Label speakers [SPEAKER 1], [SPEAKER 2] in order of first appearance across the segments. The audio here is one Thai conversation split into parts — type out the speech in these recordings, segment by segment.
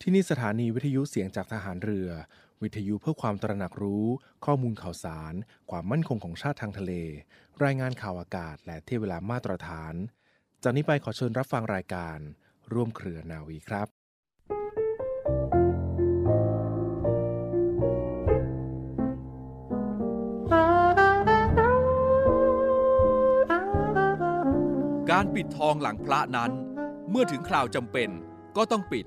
[SPEAKER 1] ที่นี่สถานีวิทยุเสียงจากทหารเรือ วิทยุเพื่อความตระหนักรู้ ข้อมูลข่าวสาร ความมั่นคงของชาติทางทะเล รายงานข่าวอากาศ และเที่ยวเวลามาตรฐาน จากนี้ไปขอเชิญรับฟังรายการ ร่วมเครือนาวีครับ
[SPEAKER 2] การปิดทองหลังพระนั้น เมื่อถึงคราวจำเป็นก็ต้องปิด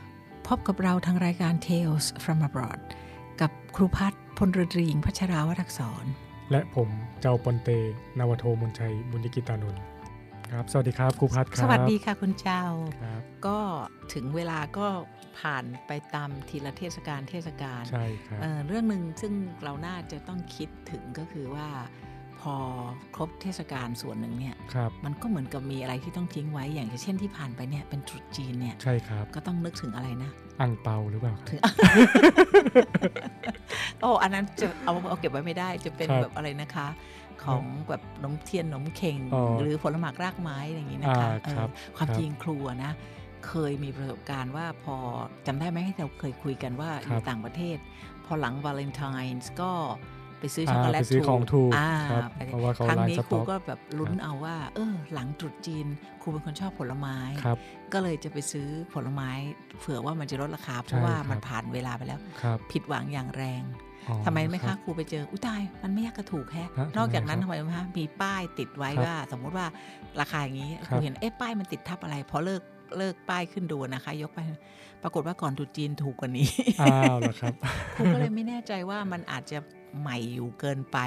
[SPEAKER 3] พบกับเราทางรายการ Tales from abroad กับครูพัฒน์พลรดรีงพัชราวรักษร
[SPEAKER 4] และผมเจ้าปอนเต นาวโทมนชัย บุญยกิตานนท์ครับ สวัสดีครับครูพัฒน์ค
[SPEAKER 3] ส
[SPEAKER 4] รับ
[SPEAKER 3] วัสดีค่ะคุณเจ้า
[SPEAKER 4] ครับ
[SPEAKER 3] ก็ถึงเวลาก็ผ่านไปตามทีละเทศกาลเทศกาล
[SPEAKER 4] ใช่ครับ
[SPEAKER 3] เอ่อเรื่องหนึ่งซึ่งเราน่าจะต้องคิดถึงก็คือว่า พอครบเทศกาลส่วนหนึ่งเนี่ย
[SPEAKER 4] ครับ
[SPEAKER 3] มันก็เหมือนกับมีอะไรที่ต้องทิ้งไว้อย่างเช่นที่ผ่านไปเนี่ยเป็นตรุษจีนเนี่ย
[SPEAKER 4] ใช่ครับ
[SPEAKER 3] ก็ต้องนึกถึงอะไรนะ
[SPEAKER 4] อ่างเปาหรือเปล่าครับ
[SPEAKER 3] โอ้อันนั้นจะเอาเอาเก็บไว้ไม่ได้จะเป็น
[SPEAKER 4] ครับ
[SPEAKER 3] แบบอะไรนะคะ ของแบบนมเทียนนมเข่ง
[SPEAKER 4] อ๋อ
[SPEAKER 3] หรือผลหมากรากไม้อะไรอย่างนี้นะคะ
[SPEAKER 4] อ่า
[SPEAKER 3] เออ
[SPEAKER 4] ครับ
[SPEAKER 3] ความ
[SPEAKER 4] ครับ
[SPEAKER 3] จริงครูอะนะ เคยมีประสบการณ์ว่าพอจำได้ไหมที่เราเคยคุยกันว่าอ
[SPEAKER 4] ครั
[SPEAKER 3] ยู่
[SPEAKER 4] บ
[SPEAKER 3] ต่างประเทศ พอหลังวาเลนไทน์ก็ไปซื้อช็อกโกแลต
[SPEAKER 4] อ่าไปซื้อของถูก
[SPEAKER 3] อ่า
[SPEAKER 4] ครับ
[SPEAKER 3] ไป
[SPEAKER 4] เพราะว่าเขา
[SPEAKER 3] ครั้ง
[SPEAKER 4] ร้าน
[SPEAKER 3] นี้
[SPEAKER 4] ส
[SPEAKER 3] ค
[SPEAKER 4] ต็
[SPEAKER 3] รู
[SPEAKER 4] อก
[SPEAKER 3] ก็แบบลุ้นเอาว่า เออหลังตรุษจีนครูเป็นคนชอบผลไม้
[SPEAKER 4] ครับ
[SPEAKER 3] ก็เลยจะไปซื้อผลไม้เผื่อว่ามันจะลดราคาเพ
[SPEAKER 4] ใช่
[SPEAKER 3] ราะว่า
[SPEAKER 4] ครับ
[SPEAKER 3] มันผ่านเวลาไปแล้ว
[SPEAKER 4] ครับ
[SPEAKER 3] ผิดหวังอย่างแรง
[SPEAKER 4] อ๋อ
[SPEAKER 3] ทำไมไหม
[SPEAKER 4] รั
[SPEAKER 3] คะ
[SPEAKER 4] บ
[SPEAKER 3] ครูไปเจอ อุ้ยตาย มันไม่ยากกระถูกแฮะ
[SPEAKER 4] ฮะ
[SPEAKER 3] นอกจากนั้น
[SPEAKER 4] ทำ
[SPEAKER 3] ทำ
[SPEAKER 4] ไม
[SPEAKER 3] ไมรู้ไหมคะมีป้ายติดไว้
[SPEAKER 4] ครับ
[SPEAKER 3] ว่า สมมุติว่าราคาอย่างนี้
[SPEAKER 4] ค
[SPEAKER 3] ครับ รูเห็น เอ๊ะป้ายมันติดทับอะไร พอเลิกเลิกป้ายขึ้นดูนะคะ ยกไป ปรากฏว่าก่อนตรุษจีนถูกกว่านี้
[SPEAKER 4] อ้าวเหรอ ครับ
[SPEAKER 3] ครูก็เลยไม่แน่ใจว่ามันอาจจะใหม่อยู่เกินไป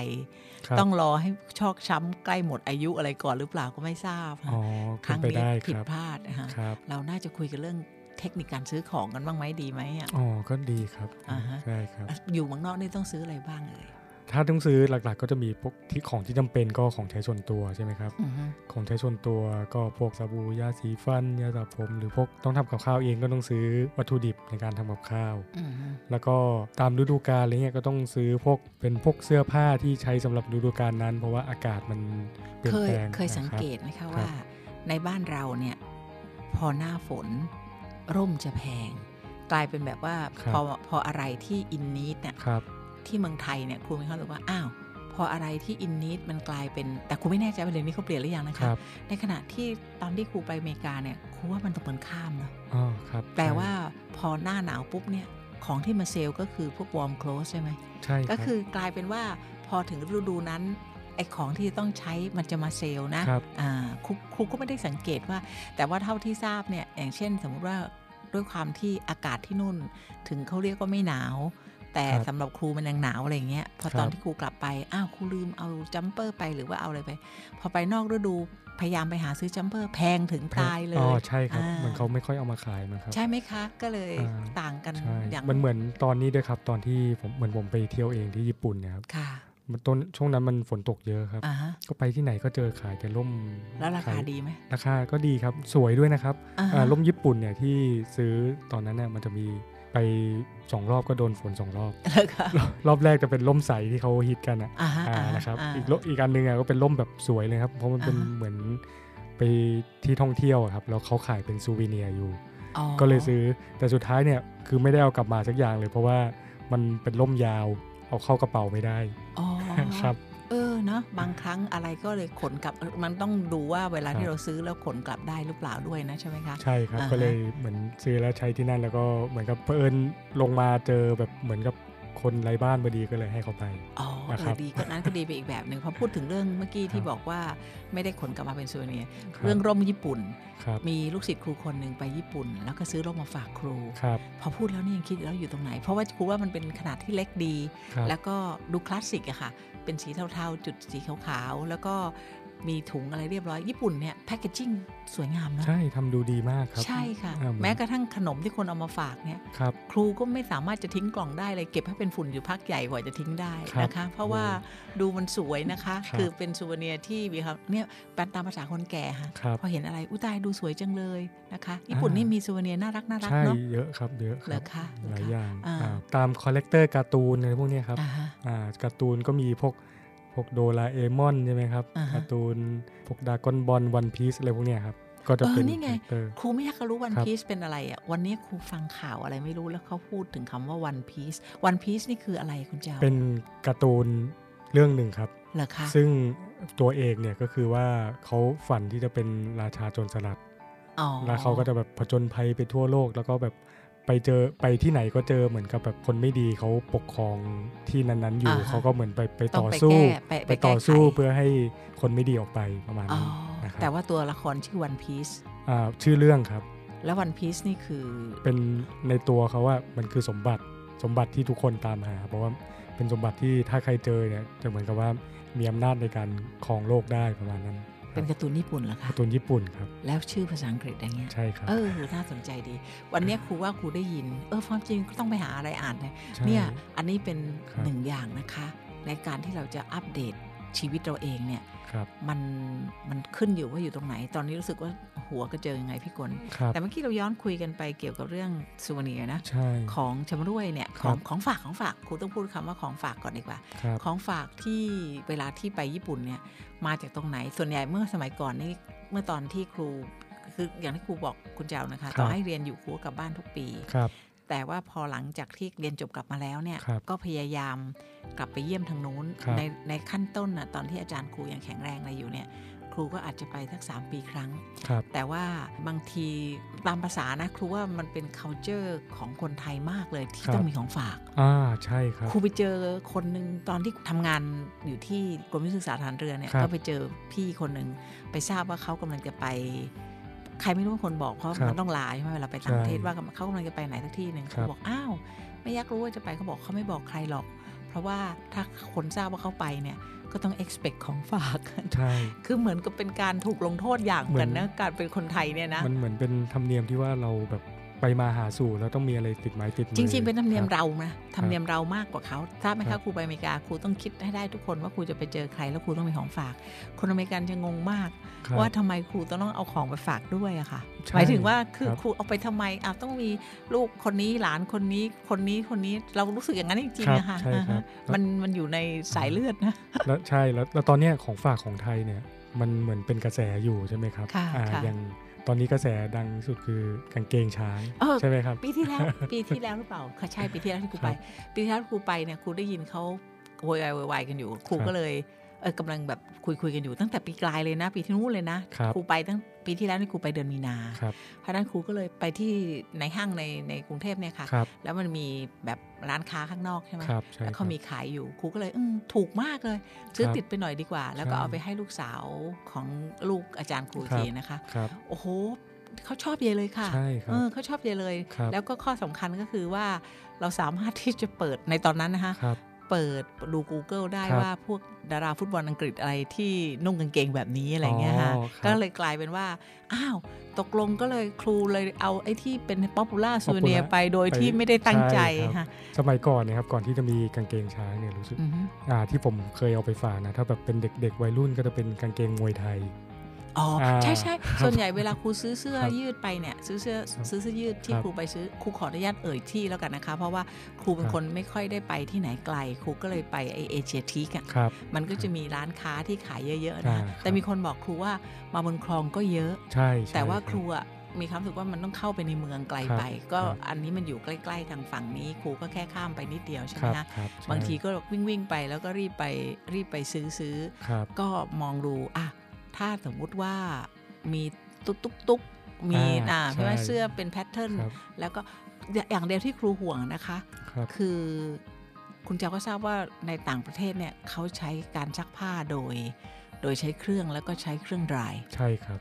[SPEAKER 4] ครับ
[SPEAKER 3] ต้องรอให้ชอกช้ำใกล้หมดอายุอะไรก่อนหรือเปล่าก็ไม่ทราบค่ะ
[SPEAKER 4] อ๋อ
[SPEAKER 3] ค
[SPEAKER 4] ขึ้
[SPEAKER 3] รั้
[SPEAKER 4] น
[SPEAKER 3] ง
[SPEAKER 4] ไป
[SPEAKER 3] นี้
[SPEAKER 4] ได้ค
[SPEAKER 3] ผิด
[SPEAKER 4] รับ
[SPEAKER 3] พลาดนะคะ
[SPEAKER 4] ครับ
[SPEAKER 3] เราน่าจะคุยกันเรื่องเทคนิคการซื้อของกันบ้างไหมดีไหมอะ
[SPEAKER 4] อ๋อก็ดีครับ
[SPEAKER 3] อ่าฮะ
[SPEAKER 4] ใช่ครับ
[SPEAKER 3] อยู่เมืองนอกนี่ต้องซื้ออะไรบ้างเอ่ย
[SPEAKER 4] ถ้าต้องซื้อหลักๆ ก็จะมีพวกที่ของที่จำเป็นก็ของใช้ส่วนตัวใช่ไหมครับ
[SPEAKER 3] อือฮึ
[SPEAKER 4] ของใช้ส่วนตัวก็พวกสบู่ยาสีฟันยาสระผม หรือพวกต้องทำกับข้าวเองก็ต้องซื้อวัตถุดิบในการทำกับข้าว
[SPEAKER 3] อืมฮึ
[SPEAKER 4] แล้วก็ตามฤดูกาลอะไรเงี้ยก็ต้องซื้อพวกเป็นพวกเสื้อผ้าที่ใช้สำหรับฤดูกาลนั้น เพราะว่าอากาศมันเปลี่ย
[SPEAKER 3] เคนย
[SPEAKER 4] แปลง
[SPEAKER 3] เคยสังเกต
[SPEAKER 4] นะ
[SPEAKER 3] ไหมคะ
[SPEAKER 4] ครั
[SPEAKER 3] ว่า
[SPEAKER 4] บ
[SPEAKER 3] ในบ้านเราเนี่ยพอหน้าฝนร่มจะแพง กลายเป็นแบบว่าพอพออะไรที่อินนิดเนี่ย
[SPEAKER 4] ครับ
[SPEAKER 3] ที่เมืองไทยเนี่ยครูมีความรู้สึกว่าอ้าวพออะไรที่อินนิดมันกลายเป็นแต่ครูไม่แน่ใจว่าเดี๋ยวนี้เขาเปลี่ยนหรือยังนะ
[SPEAKER 4] ค
[SPEAKER 3] คะ
[SPEAKER 4] รับ
[SPEAKER 3] ในขณะที่ตอนที่ครูไปอเมริกาเนี่ยครูว่ามันตรงกันข้ามเนาะ
[SPEAKER 4] อ๋อครับ
[SPEAKER 3] แปลว่าพอหน้าหนาวปุ๊บเนี่ยของที่มาเซลล์ก็คือพวกวอร์มโคลสใช่ไหม
[SPEAKER 4] ใช่รับ
[SPEAKER 3] ก็คือกลายเป็นว่าพอถึงฤดูนั้นไอของที่ต้องใช้มันจะมาเซลล์นะครับ อ่าครูครูก็ไม่ได้สังเกตว่า แต่ว่าเท่าที่ทราบเนี่ยอย่างเช่น สมมุติว่าด้วยความที่อากาศที่นู่น ถึงเขาเรียกว่าไม่หนาว แต่
[SPEAKER 4] ครับ
[SPEAKER 3] สำหรับครูมันยังหนาวอะไรอย่างเงี้ยพอตอน
[SPEAKER 4] ครับ
[SPEAKER 3] ที่ครูกลับไปอ้าวครูลืมเอาจัมเปอร์ไปหรือว่าเอาอะไรไป พอไปนอกฤดูพยายามไปหาซื้อจัมเปอร์แพงถึงตายเลย
[SPEAKER 4] อ๋อใช่ครับ
[SPEAKER 3] อ่า
[SPEAKER 4] เหมือนเขาไม่ค่อยเอามาขายมั้งครับ
[SPEAKER 3] ใช่ไหมคะ ก็เลย
[SPEAKER 4] อ่า
[SPEAKER 3] ต่างกัน
[SPEAKER 4] ใช่
[SPEAKER 3] อย่าง
[SPEAKER 4] มันเหมือนตอนนี้ด้วยครับ ตอนที่ผมเหมือนผมไปเที่ยวเองที่ญี่ปุ่นเนะครับ
[SPEAKER 3] ค่ะ
[SPEAKER 4] มันต้นช่วงนั้นมันฝนตกเยอะครับ
[SPEAKER 3] อ่าฮะ
[SPEAKER 4] ก็ไปที่ไหนก็เจอขายแต่ร่ม
[SPEAKER 3] แล้วรา
[SPEAKER 4] ข
[SPEAKER 3] คาย ดีไหม
[SPEAKER 4] ราคาก็ดีครับสวยด้วยนะครับ
[SPEAKER 3] อ่า
[SPEAKER 4] อ่า
[SPEAKER 3] ฮะ
[SPEAKER 4] ร่มญี่ปุ่นเนี่ยที่ซื้อตอนนั้นเนี่ยมันจะมีไปสองรอบก็โดนฝนสอง รอบ
[SPEAKER 3] แล้วก็
[SPEAKER 4] รอบรอบแรกจะเป็นร่มใสที่เขาฮิตกันอะ
[SPEAKER 3] อ่าฮะ
[SPEAKER 4] อ่า
[SPEAKER 3] อ่าฮะ
[SPEAKER 4] นะครับ
[SPEAKER 3] า
[SPEAKER 4] อีกรอบอีกอันหนึงอะก็เป็นร่มแบบสวยเลยครับ เพราะมันเป็น
[SPEAKER 3] อ่าฮะ
[SPEAKER 4] เหมือนไปที่ท่องเที่ยวอะครับแล้วเขาขายเป็นซูวิเนียร์อยู่
[SPEAKER 3] อ๋อ
[SPEAKER 4] ก็เลยซื้อแต่สุดท้ายเนี่ยคือไม่ได้เอากลับมาสักอย่างเลย เพราะว่ามันเป็นร่มยาวเอาเข้ากระเป๋าไม่ได้
[SPEAKER 3] อ๋อ
[SPEAKER 4] ครับ
[SPEAKER 3] เออเนาะบางครั้งอะไรก็เลยขนกลับเออมันต้องดูว่าเวลา
[SPEAKER 4] ครับ
[SPEAKER 3] ที่เราซื้อแล้วขนกลับได้หรือเปล่าด้วยนะใช่ไหมคะ
[SPEAKER 4] ใช่ครับ
[SPEAKER 3] อ่าฮะ
[SPEAKER 4] ก็เลยเหมือนซื้อแล้วใช้ที่นั่นแล้วก็เหมือนกับเพิ่นลงมาเจอแบบเหมือนกับ คนไร้บ้านพอดีก็เลยให้เขาไป
[SPEAKER 3] อ๋อเอ
[SPEAKER 4] นะครั
[SPEAKER 3] อบ ดีก็นั้นก็ดีไปอีกแบบหนึ่งพอพูดถึงเรื่องเมื่อกี้ที่
[SPEAKER 4] ครับ
[SPEAKER 3] บอกว่าไม่ได้ขนกลับมาเป็นซูเวเนียร์เรื่องร่มญี่ปุ่น
[SPEAKER 4] ครับ
[SPEAKER 3] มีลูกศิษย์ครูคนหนึ่งไปญี่ปุ่น แล้วก็ซื้อร่มมาฝากครู
[SPEAKER 4] ครับ
[SPEAKER 3] พอพูดแล้วนี่ยังคิดอยู่แล้วอยู่ตรงไหน เพราะว่าครูว่ามันเป็นขนาดที่เล็กดี
[SPEAKER 4] ครับ
[SPEAKER 3] แล้วก็ดูคลาสสิกอะค่ะ เป็นสีเทาๆ จุดสีขาวๆ แล้วก็มีถุงอะไรเรียบร้อย ญี่ปุ่นเนี่ยแพคเกจิ้งสวยงามเนอะ
[SPEAKER 4] ใช่ทำดูดีมากครับ
[SPEAKER 3] ใช่ค่ะ
[SPEAKER 4] อ่าเหอน
[SPEAKER 3] แม้กระทั่งขนมที่คนเอามาฝากเนี่ย
[SPEAKER 4] ครับ
[SPEAKER 3] ครูก็ไม่สามารถจะทิ้งกล่องได้เลยเก็บให้เป็นฝุ่นอยู่พักใหญ่กว่าจะทิ้งได้นะ
[SPEAKER 4] ครั
[SPEAKER 3] คะ
[SPEAKER 4] บ
[SPEAKER 3] เพราะว่าดูมันสวยนะคะ
[SPEAKER 4] ครับ
[SPEAKER 3] คือเป็นซูเวเนียร์ที่มีครับเนี่ยแปลตามภาษาคนแก่ค่ะ
[SPEAKER 4] ครับ
[SPEAKER 3] พอเห็นอะไรอุยตายดูสวยจังเลยนะคะญี่ปุ่น
[SPEAKER 4] อ่านี่
[SPEAKER 3] นี่มีซูเวเนียร์น่ารักน่ารัก
[SPEAKER 4] ใช่
[SPEAKER 3] เนาะ
[SPEAKER 4] เยอะครับเยอะค
[SPEAKER 3] เหร
[SPEAKER 4] รั
[SPEAKER 3] อบคะเหรอคะ
[SPEAKER 4] หลายอย่าง
[SPEAKER 3] อ่า
[SPEAKER 4] อ่าตามคอลเลกเตอร์การ์ตูนอะไรพวกเนี้ยครับ
[SPEAKER 3] อ่าฮะ
[SPEAKER 4] อ่าการ์ตูนก็มีพวกพวกโดราเอมอนใช่ไหมครับ
[SPEAKER 3] อ่าฮะ
[SPEAKER 4] การ์ตูนพวกดากอนบอลวันพีซอะไรพวกเนี้ยครับก็จะเป็น
[SPEAKER 3] เออนี่ไง
[SPEAKER 4] คาแรคเตอร์
[SPEAKER 3] ครูไม่อยากจะรู้วัน
[SPEAKER 4] ครับ
[SPEAKER 3] พีซเป็นอะไรอะ่ะวันนี้ครูฟังข่าวอะไรไม่รู้แล้วเขาพูดถึงคำว่าวันพีซวันพีซนี่คืออะไรคุณเจ้า
[SPEAKER 4] เป็นการ์ตูนเรื่องหนึ่งครับ
[SPEAKER 3] เหรอคะ
[SPEAKER 4] ซึ่งตัวเอกเนี่ยก็คือว่าเขาฝันที่จะเป็นราชาโจรสลัด
[SPEAKER 3] อ๋อ
[SPEAKER 4] แล้วเขาก็จะแบบผจญภัยไปทั่วโลก แล้วก็แบบไปเจอไปที่ไหนก็เจอเหมือนกับแบบคนไม่ดีเขาปกครองที่นั้นๆอยู่
[SPEAKER 3] าฮะ
[SPEAKER 4] เขาก็เหมือนไปไป
[SPEAKER 3] ต้อ
[SPEAKER 4] ต่
[SPEAKER 3] ง
[SPEAKER 4] อ
[SPEAKER 3] ไป
[SPEAKER 4] สู้
[SPEAKER 3] แก้ไปไป
[SPEAKER 4] ต่อ
[SPEAKER 3] แก้ไข
[SPEAKER 4] สู้เพื่อให้คนไม่ดีออกไปประมาณ
[SPEAKER 3] อ๋อ
[SPEAKER 4] นี้นะครั
[SPEAKER 3] แต่
[SPEAKER 4] บ
[SPEAKER 3] ว่าตัวละครชื่อวันพีซ
[SPEAKER 4] อ่าชื่อเรื่องครับ
[SPEAKER 3] แล้ววันพีซนี่คือ
[SPEAKER 4] เป็นในตัวเขาว่ามันคือสมบัติสมบัติที่ทุกคนตามหา เพราะว่าเป็นสมบัติที่ถ้าใครเจอเนี่ยจะเหมือนกับว่ามีอำนาจในการครองโลกได้ประมาณนั้น
[SPEAKER 3] เป็นการ์ตูนญี่ปุ่นเหรอคะ
[SPEAKER 4] การ์ตูนญี่ปุ่นครับ
[SPEAKER 3] แล้วชื่อภาษาอังกฤษอย่างเงี้ย
[SPEAKER 4] ใช่ครับ
[SPEAKER 3] เออ น่าสนใจดี วันเนี้ยครูว่าครูได้ยิน เออความจริงก็ต้องไปหาอะไรอ่านเนี่ย
[SPEAKER 4] ใช่
[SPEAKER 3] เนี่ย อันนี้เป็น
[SPEAKER 4] ครับ
[SPEAKER 3] หนึ่งอย่างนะคะ ในการที่เราจะอัปเดตชีวิตเราเองเนี่ย
[SPEAKER 4] ครับ
[SPEAKER 3] มัน มันขึ้นอยู่ว่าอยู่ตรงไหน ตอนนี้รู้สึกว่าหัวก็เจอยังไงพี่กล
[SPEAKER 4] ครับ
[SPEAKER 3] แต่เมื่อกี้เราย้อนคุยกันไปเกี่ยวกับเรื่องซูเวเนียร์นะ
[SPEAKER 4] ใช่
[SPEAKER 3] ของชำร่วยเนี่ย ของของฝากของฝาก ครูต้องพูดคำว่าของฝากก่อนดีกว่า
[SPEAKER 4] ครับ
[SPEAKER 3] ของฝากที่เวลาที่ไปญี่ปุ่นเนี่ยมาจากตรงไหนส่วนใหญ่เมื่อสมัยก่อนนี่เมื่อตอนที่ครูคืออย่างที่ครูบอกคุณเจ้านะคะ
[SPEAKER 4] ครับ
[SPEAKER 3] ต่อให้เรียนอยู่ครูก็กลับบ้านทุกปี
[SPEAKER 4] ครับ
[SPEAKER 3] แต่ว่าพอหลังจากที่เรียนจบกลับมาแล้วเนี่ย
[SPEAKER 4] ครับ
[SPEAKER 3] ก็พยายามกลับไปเยี่ยมทางนู้น
[SPEAKER 4] ครับ
[SPEAKER 3] ในในขั้นต้นนะตอนที่อาจารย์ครูยังแข็งแรงอะไรอยู่เนี่ยครูก็อาจจะไปสักสามปีครั้ง
[SPEAKER 4] ครับ
[SPEAKER 3] แต่ว่าบางทีตามภาษานะครูว่ามันเป็น culture ของคนไทยมากเลยที่
[SPEAKER 4] ครับ
[SPEAKER 3] ต้องมีของฝาก
[SPEAKER 4] อ่าใช่ครับ
[SPEAKER 3] ครูไปเจอคนหนึ่งตอนที่ทำงานอยู่ที่กรมวิทยาศาสตร์ฐานเรือเนี่ย
[SPEAKER 4] ครับ
[SPEAKER 3] ก็ไปเจอพี่คนหนึ่งไปทราบว่าเขากำลังจะไป ใครไม่รู้เป็นคนบอกเพราะ
[SPEAKER 4] ครับ
[SPEAKER 3] มันต้องลาใช่ไหมเวลาไปต่างประเทศ
[SPEAKER 4] ใช่
[SPEAKER 3] ว่าเขากำลังจะไปไหนสักที่หนึ่ง
[SPEAKER 4] ครับ
[SPEAKER 3] เขาบอกอ้าวไม่อยากรู้ว่าจะไปเขาบอกเขาไม่บอกใครหรอก เพราะว่าถ้าคนทราบว่าเขาไปเนี่ยก็ต้อง expect ของฝาก
[SPEAKER 4] ใช่
[SPEAKER 3] คือเหมือนกับเป็นการถูกลงโทษอย่างเหมือนกันนะการเป็นคนไทยเนี่ยนะ
[SPEAKER 4] มันเหมือนเป็นธรรมเนียมที่ว่าเราแบบไปมาหาสู่แล้วต้องมีอะไรติดไม้ติดมือ
[SPEAKER 3] จริงๆ เป็นธรรมเนียม
[SPEAKER 4] ครับ
[SPEAKER 3] เรานะธรรมเนียมเรามากกว่าเขาทราบไหม
[SPEAKER 4] ครั
[SPEAKER 3] คะ
[SPEAKER 4] บ
[SPEAKER 3] ครูไปอเมริกาครูต้องคิดให้ได้ทุกคนว่าครูจะไปเจอใครแล้วครูต้องมีของฝาก คนอเมริกันจะงงมาก
[SPEAKER 4] ครับ
[SPEAKER 3] ว่าทำไมครูต้องเอาของไปฝากด้วยอะค่ะ
[SPEAKER 4] ใช่
[SPEAKER 3] หมายถึงว่าคือ
[SPEAKER 4] ครับ
[SPEAKER 3] ครูเอาไปทำไมอ่ะต้องมีลูกคนนี้หลานคนนี้คนนี้คนนี้เรารู้สึกอย่างนั้นจริงๆอะค่ะ
[SPEAKER 4] ครับใช่ครับ
[SPEAKER 3] อ่าฮะมันมันอยู่ในสายเลือดนะ
[SPEAKER 4] แล้วใช่แล้วแล้วตอนเนี้ยของฝากของไทยเนี่ยมันเหมือนเป็นกระแสอยู่ใช่ไหมครับ
[SPEAKER 3] ค่ะ
[SPEAKER 4] อ่า
[SPEAKER 3] ค่ะ
[SPEAKER 4] อย่างตอนนี้กระแสดังที่สุดคือกางเกงช้าง
[SPEAKER 3] เออ
[SPEAKER 4] ใช่ไหมครับ
[SPEAKER 3] ปี ที่แล้ว ปีที่แล้วหรือเปล่าค่ะใช่ปีที่แล้วที่ครูไป ปีที่แล้วครูไปเนี่ยครูได้ยินเขาโวยวายโวยวายกันอยู่ครู
[SPEAKER 4] ครับ
[SPEAKER 3] ก็เลยเออกำลังแบบคุยคุยกันอยู่ตั้งแต่ปีกลายเลยนะ ปีที่นู้นเลยนะครับ ครูไปตั้งปีที่แล้วนี่ครูไปเดือนมีนา
[SPEAKER 4] ครับ
[SPEAKER 3] เพราะฉะนั้นครูก็เลยไปที่ในห้างในในกรุงเทพเนี่ยค่ะ
[SPEAKER 4] ครับ
[SPEAKER 3] แล้วมันมีแบบร้านค้าข้างนอกใช่ไหม
[SPEAKER 4] ครับใช่
[SPEAKER 3] แล้วเขามีขายอยู่ครูก็เลยอืมถูกมากเลย ซื้อ
[SPEAKER 4] ครับ
[SPEAKER 3] ติดไปหน่อยดีกว่า แล้วก็
[SPEAKER 4] ใช่
[SPEAKER 3] เอาไปให้ลูกสาวของลูกอาจารย์ครู
[SPEAKER 4] ครับ
[SPEAKER 3] ทีนะคะ
[SPEAKER 4] ครับ
[SPEAKER 3] โอ้โหเขาชอบเยเลยค่ะ
[SPEAKER 4] ใช่ครั
[SPEAKER 3] เอบ อเขาชอบใหญ่เลย
[SPEAKER 4] ครับ
[SPEAKER 3] แล้วก็ข้อสำคัญก็คือว่าเราสามารถที่จะเปิดในตอนนั้นนะคะ
[SPEAKER 4] ครับ
[SPEAKER 3] เปิดดู Google ได้
[SPEAKER 4] ครับ
[SPEAKER 3] ว่าพวกดาราฟุตบอลอังกฤษอะไรที่นุ่งกางเกงแบบนี้อะไรเงี้ยค่ะ
[SPEAKER 4] อ๋อครับ
[SPEAKER 3] ก็เลยกลายเป็นว่า อ้าว ตกลงก็เลยครูเลยเอาไอ้ที่เป็นป๊อปปูล่าซูเนีย
[SPEAKER 4] popular
[SPEAKER 3] ไปโดย
[SPEAKER 4] ไป
[SPEAKER 3] ที่ไม่ได้ตั้งใจ
[SPEAKER 4] ใช่ครับ
[SPEAKER 3] ค่ะ
[SPEAKER 4] สมัยก่อนเนะครับก่อนที่จะมีกางเกงช้างเนี่ยรู้สึก
[SPEAKER 3] อือฮึ
[SPEAKER 4] อ่าที่ผมเคยเอาไปฝากนะถ้าแบบเป็นเด็กๆวัยรุ่นก็จะเป็นกางเกงมวยไทย
[SPEAKER 3] อ๋ออา ใช่ใช่
[SPEAKER 4] ครับ
[SPEAKER 3] ส่วนใหญ่เวลาครูซื้อเสื้อ
[SPEAKER 4] ครับ
[SPEAKER 3] ยืดไปเนี่ยซื้อเสื้อ
[SPEAKER 4] ครับ
[SPEAKER 3] ซื้อเสื้อยืดที่
[SPEAKER 4] ครับ
[SPEAKER 3] ครูไปซื้อครูขออนุญาตเอ่ยที่แล้วกันนะคะ เพราะว่าครูเป็
[SPEAKER 4] คน รับ
[SPEAKER 3] คนไม่ค่อยได้ไปที่ไหนไกลครูก็เลยไปไอเอเชียทีกอะ
[SPEAKER 4] ครับ
[SPEAKER 3] มันก็จะมีร้านค้าที่ขายเยอะๆ
[SPEAKER 4] อ่า
[SPEAKER 3] นะ
[SPEAKER 4] ครับ
[SPEAKER 3] แต่มีคนบอกครูว่ามาบนคลองก็เยอะ
[SPEAKER 4] ใช่ใช่
[SPEAKER 3] แต่ว่า
[SPEAKER 4] บ
[SPEAKER 3] ครูอะมีความรู้สึกว่ามันต้องเข้าไปในเมืองไกลไป
[SPEAKER 4] ครับ
[SPEAKER 3] ก็
[SPEAKER 4] ครับ
[SPEAKER 3] อันนี้มันอยู่ใกล้ ๆ ทางฝั่งนี้ ครูก็แค่ข้ามไปนิดเดียวใช่ไห
[SPEAKER 4] ค
[SPEAKER 3] ม
[SPEAKER 4] รั
[SPEAKER 3] ฮะ
[SPEAKER 4] บครับใช่
[SPEAKER 3] บางทีก็วิ่งวิ่งๆไปแล้วก็รีบไปรีบไปซื้อซื้อ
[SPEAKER 4] ครับ
[SPEAKER 3] ก็มองดูอ่ะถ้าสมมุติว่ามีตุ๊กตุ๊กตุ๊กมี
[SPEAKER 4] อ่า
[SPEAKER 3] อ่า
[SPEAKER 4] ใช่
[SPEAKER 3] ไม่ว่าเสื้อเป็นแพทเทิร์น
[SPEAKER 4] ครับ
[SPEAKER 3] แล้วก็อย่างเดียวที่ครูห่วงนะคะ
[SPEAKER 4] ครับ
[SPEAKER 3] คือ คุณเจ้าก็ทราบว่าในต่างประเทศเนี่ยเขาใช้การซักผ้าโดย โดยใช้เครื่องแล้วก็ใช้เครื่องดราย
[SPEAKER 4] ใช่ครับ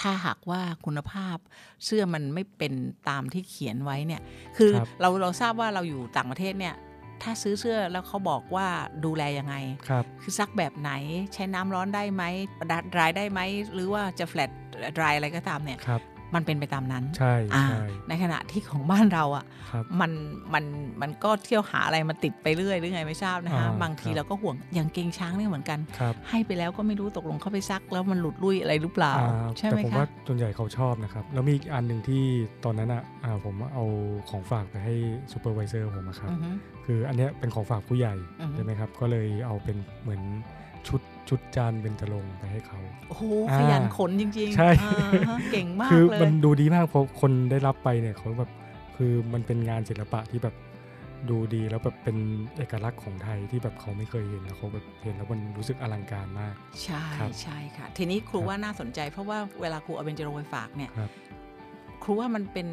[SPEAKER 3] ถ้าหากว่าคุณภาพเสื้อมันไม่เป็นตามที่เขียนไว้เนี่ย คือ
[SPEAKER 4] ครับ
[SPEAKER 3] เราเราทราบว่าเราอยู่ต่างประเทศเนี่ย ถ้าซื้อเสื้อแล้วเขาบอกว่าดูแลยังไง
[SPEAKER 4] ครับ
[SPEAKER 3] คือซักแบบไหนใช้น้ำร้อนได้ไหมดรายได้ไหม หรือว่าจะแฟลตดรายอะไรก็ตามเนี่ย
[SPEAKER 4] ครับ
[SPEAKER 3] มันเป็นไปตามนั้น
[SPEAKER 4] ใช่
[SPEAKER 3] อ่า
[SPEAKER 4] ใช่
[SPEAKER 3] ในขณะที่ของบ้านเราอ่ะ
[SPEAKER 4] ครับ
[SPEAKER 3] มันมันมันก็เที่ยวหาอะไรมาติดไปเรื่อยหรือไงไม่ทราบนะคะ
[SPEAKER 4] อ่า
[SPEAKER 3] บางที
[SPEAKER 4] ครับ
[SPEAKER 3] เราก็ห่วงอย่างเกงช้างเนี่ยเหมือนกัน
[SPEAKER 4] ครับ
[SPEAKER 3] ให้ไปแล้วก็ไม่รู้ตกลงเข้าไปซัก แล้วมันหลุดลุ่ยอะไรหรือเปล่า
[SPEAKER 4] อ่า
[SPEAKER 3] ใช่
[SPEAKER 4] แต่
[SPEAKER 3] ไหม
[SPEAKER 4] ผม
[SPEAKER 3] คะ
[SPEAKER 4] ว่าส่วนใหญ่เขาชอบนะครับ แล้วมีอีกอันหนึ่งที่ตอนนั้นอ่ะอ่าผมเอาของฝากไปให้ซูเปอร์วิเซอร์ผมอะครับ
[SPEAKER 3] อือฮึ
[SPEAKER 4] คืออันเนี้ยเป็นของฝากผู้ใหญ่
[SPEAKER 3] อือฮึ
[SPEAKER 4] ใช่ไหมครับ ก็เลยเอาเป็นเหมือนชุดชุดจานเบญจรงค์ไปให้เขา
[SPEAKER 3] โอ้โห
[SPEAKER 4] อ่า
[SPEAKER 3] ขยันขนจริงๆ
[SPEAKER 4] ใช่
[SPEAKER 3] อ่าฮะเก่งมาก
[SPEAKER 4] คือ
[SPEAKER 3] เล
[SPEAKER 4] มั
[SPEAKER 3] ย
[SPEAKER 4] นดูดีมากเพราะคนได้รับไปเนี่ยเขาแบบคือมันเป็นงานศิลปะที่แบบดูดีแล้วแบบเป็นเอกลักษณ์ของไทยที่แบบเขาไม่เคยเห็นแล้วเขาแบบเห็นแล้วมันรู้สึกอลังการมาก
[SPEAKER 3] ใช่
[SPEAKER 4] ครับ
[SPEAKER 3] ใช่ค่ะ ทีนี้ครู
[SPEAKER 4] ครับ
[SPEAKER 3] ว่าน่าสนใจเพราะว่าเวลาครูเอาเบญจรงค์ไปฝากเนี่ย
[SPEAKER 4] ครับ
[SPEAKER 3] ครูว่ามันเป็น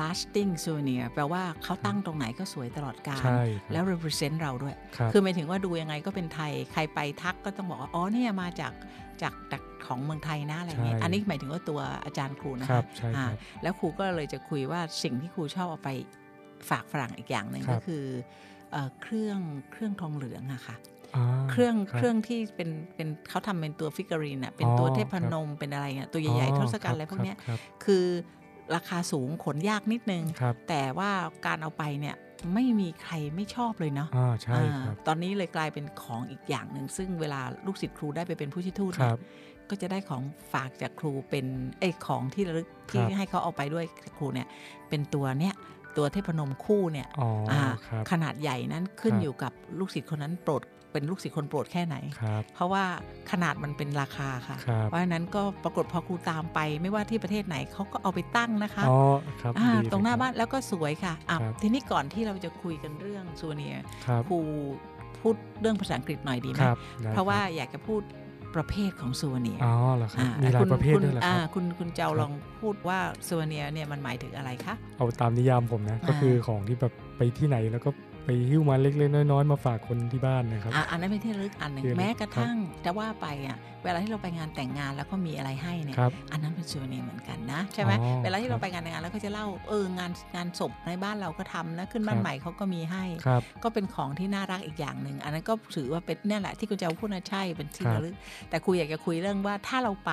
[SPEAKER 3] lasting souvenir แปลว่าเขาตั้งตรงไหนก็สวยตลอดกาล
[SPEAKER 4] ใช่
[SPEAKER 3] แล้ว represent เราด้วย
[SPEAKER 4] ครับ
[SPEAKER 3] คือหมายถึงว่าดูยังไงก็เป็นไทยใครไปทักก็ต้องบอกว่า อ๋อเนี่ยมาจากจากจากของเมืองไทยนะอะไรเงี้ย
[SPEAKER 4] ใช่
[SPEAKER 3] อันนี้หมายถึงว่าตัวอาจารย์ครูนะครับ คะ
[SPEAKER 4] ใช่
[SPEAKER 3] อ่า
[SPEAKER 4] ครับ
[SPEAKER 3] แล้วครูก็เลยจะคุยว่าสิ่งที่ครูชอบเอาไปฝากฝรั่งอีกอย่างหนึ่ง
[SPEAKER 4] ครับ
[SPEAKER 3] ก็คือเอ่อเครื่องเครื่องทองเหลืองอะค่ะ
[SPEAKER 4] อ่า
[SPEAKER 3] เครื่อง
[SPEAKER 4] บ
[SPEAKER 3] เครื่องที่เป็นเป็นเขาทำเป็นตัวฟิกเกอรีนอะเป็นตัว
[SPEAKER 4] อ๋อ
[SPEAKER 3] เทพ
[SPEAKER 4] ครับ
[SPEAKER 3] นมเป็นอะไรเงี้ยตัวใหญ่
[SPEAKER 4] อ๋
[SPEAKER 3] ๆ
[SPEAKER 4] อ
[SPEAKER 3] ทศกัณฐ์
[SPEAKER 4] คบ
[SPEAKER 3] อะไรพวกเนี้ย
[SPEAKER 4] ครับ
[SPEAKER 3] คือราคาสูงขนยากนิดนึง
[SPEAKER 4] ครับ
[SPEAKER 3] แต่ว่าการเอาไปเนี่ยไม่มีใครไม่ชอบเลยเนาะ
[SPEAKER 4] อ่าใช่
[SPEAKER 3] อ่า
[SPEAKER 4] ครับ
[SPEAKER 3] ตอนนี้เลยกลายเป็นของอีกอย่างหนึ่ง ซึ่งเวลาลูกศิษย์ครูได้ไปเป็นผู้ชี้ทูต
[SPEAKER 4] ค
[SPEAKER 3] เนี่
[SPEAKER 4] รั
[SPEAKER 3] ย
[SPEAKER 4] บ
[SPEAKER 3] ก็จะได้ของฝากจากครูเป็นเอยของที่ระลึกที่
[SPEAKER 4] ครับ
[SPEAKER 3] ให้เขาเอาไปด้วยครูเนี่ยเป็นตัวเนี่ยตัวเทพนมคู่เนี่ย
[SPEAKER 4] อ๋อ
[SPEAKER 3] อ่า
[SPEAKER 4] ครับ
[SPEAKER 3] ขนาดใหญ่นั้นขึ้น
[SPEAKER 4] ครับ
[SPEAKER 3] อยู่กับลูกศิษย์คนนั้นโปรดเป็นลูกศิษย์คนโปรดแค่ไหน
[SPEAKER 4] ครับ
[SPEAKER 3] เพราะว่าขนาดมันเป็นราคาค่ะ
[SPEAKER 4] ครับ
[SPEAKER 3] เพราะฉะนั้นก็ปรากฏพอครูตามไป ไม่ว่าที่ประเทศไหนเขาก็เอาไปตั้งนะคะ
[SPEAKER 4] อ๋อครับ
[SPEAKER 3] อ่า
[SPEAKER 4] ดีเลย
[SPEAKER 3] ตรงหน้า
[SPEAKER 4] คบ
[SPEAKER 3] บ้านแล้วก็สวยค่ะอ่ะ
[SPEAKER 4] ครับ
[SPEAKER 3] ทีนี้ก่อนที่เราจะคุยกันเรื่องซูเนีย
[SPEAKER 4] ครับ
[SPEAKER 3] ครูพูดเรื่องภาษาอังกฤษหน่อยดีไหม
[SPEAKER 4] ครับได้
[SPEAKER 3] เพราะ
[SPEAKER 4] คบ
[SPEAKER 3] ว่าอยากจะพูดประเภทของซูเนีย
[SPEAKER 4] อ๋อเหรอครับ
[SPEAKER 3] า
[SPEAKER 4] มีหลาย
[SPEAKER 3] คุณ
[SPEAKER 4] ประเภท
[SPEAKER 3] คุณ
[SPEAKER 4] ด้วยเหรอค
[SPEAKER 3] อ่า
[SPEAKER 4] รับ
[SPEAKER 3] คุณคุณเจ้า
[SPEAKER 4] ครับ
[SPEAKER 3] ลองพูดว่าซูเนียเนี่ยมันหมายถึงอะไรคะ
[SPEAKER 4] เอาตามนิยามผมนะก็
[SPEAKER 3] อ่า
[SPEAKER 4] คือของที่แบบไปที่ไหนแล้วก็ไปหิ้วมาเล็กๆน้อยๆมาฝากคนที่บ้านนะครับ
[SPEAKER 3] อ่ะอันนั้นเป็นที่ระลึกอันหนึ่ง
[SPEAKER 4] ที่ระลึก
[SPEAKER 3] แม้กระ
[SPEAKER 4] ครับ
[SPEAKER 3] ทั่งจะว่าไปอ่ะเวลาที่เราไปงานแต่งงานแล้วก็มีอะไรให้เนี่ย
[SPEAKER 4] ครับ
[SPEAKER 3] อันนั้นเป็นซูเวเนียร์เหมือนกันนะ ใช่ไหม
[SPEAKER 4] อ๋อ
[SPEAKER 3] เวลาที่เรา
[SPEAKER 4] ครับ
[SPEAKER 3] ไปงานแต่งงานแล้วก็จะเล่าเอองานงานศพในบ้านเราก็ทำนะขึ้นบ้า
[SPEAKER 4] ครั
[SPEAKER 3] น
[SPEAKER 4] บ
[SPEAKER 3] ใหม่เขาก็มีให้
[SPEAKER 4] ครับ
[SPEAKER 3] ก็เป็นของที่น่ารักอีกอย่างหนึ่งอันนั้นก็ถือว่าเป็นเนี่ยแหละที่คุณเจ้าพูดนะใช่เป็นที่
[SPEAKER 4] ครับ
[SPEAKER 3] ระลึกแต่ครูอยากจะคุยเรื่องว่าถ้าเราไป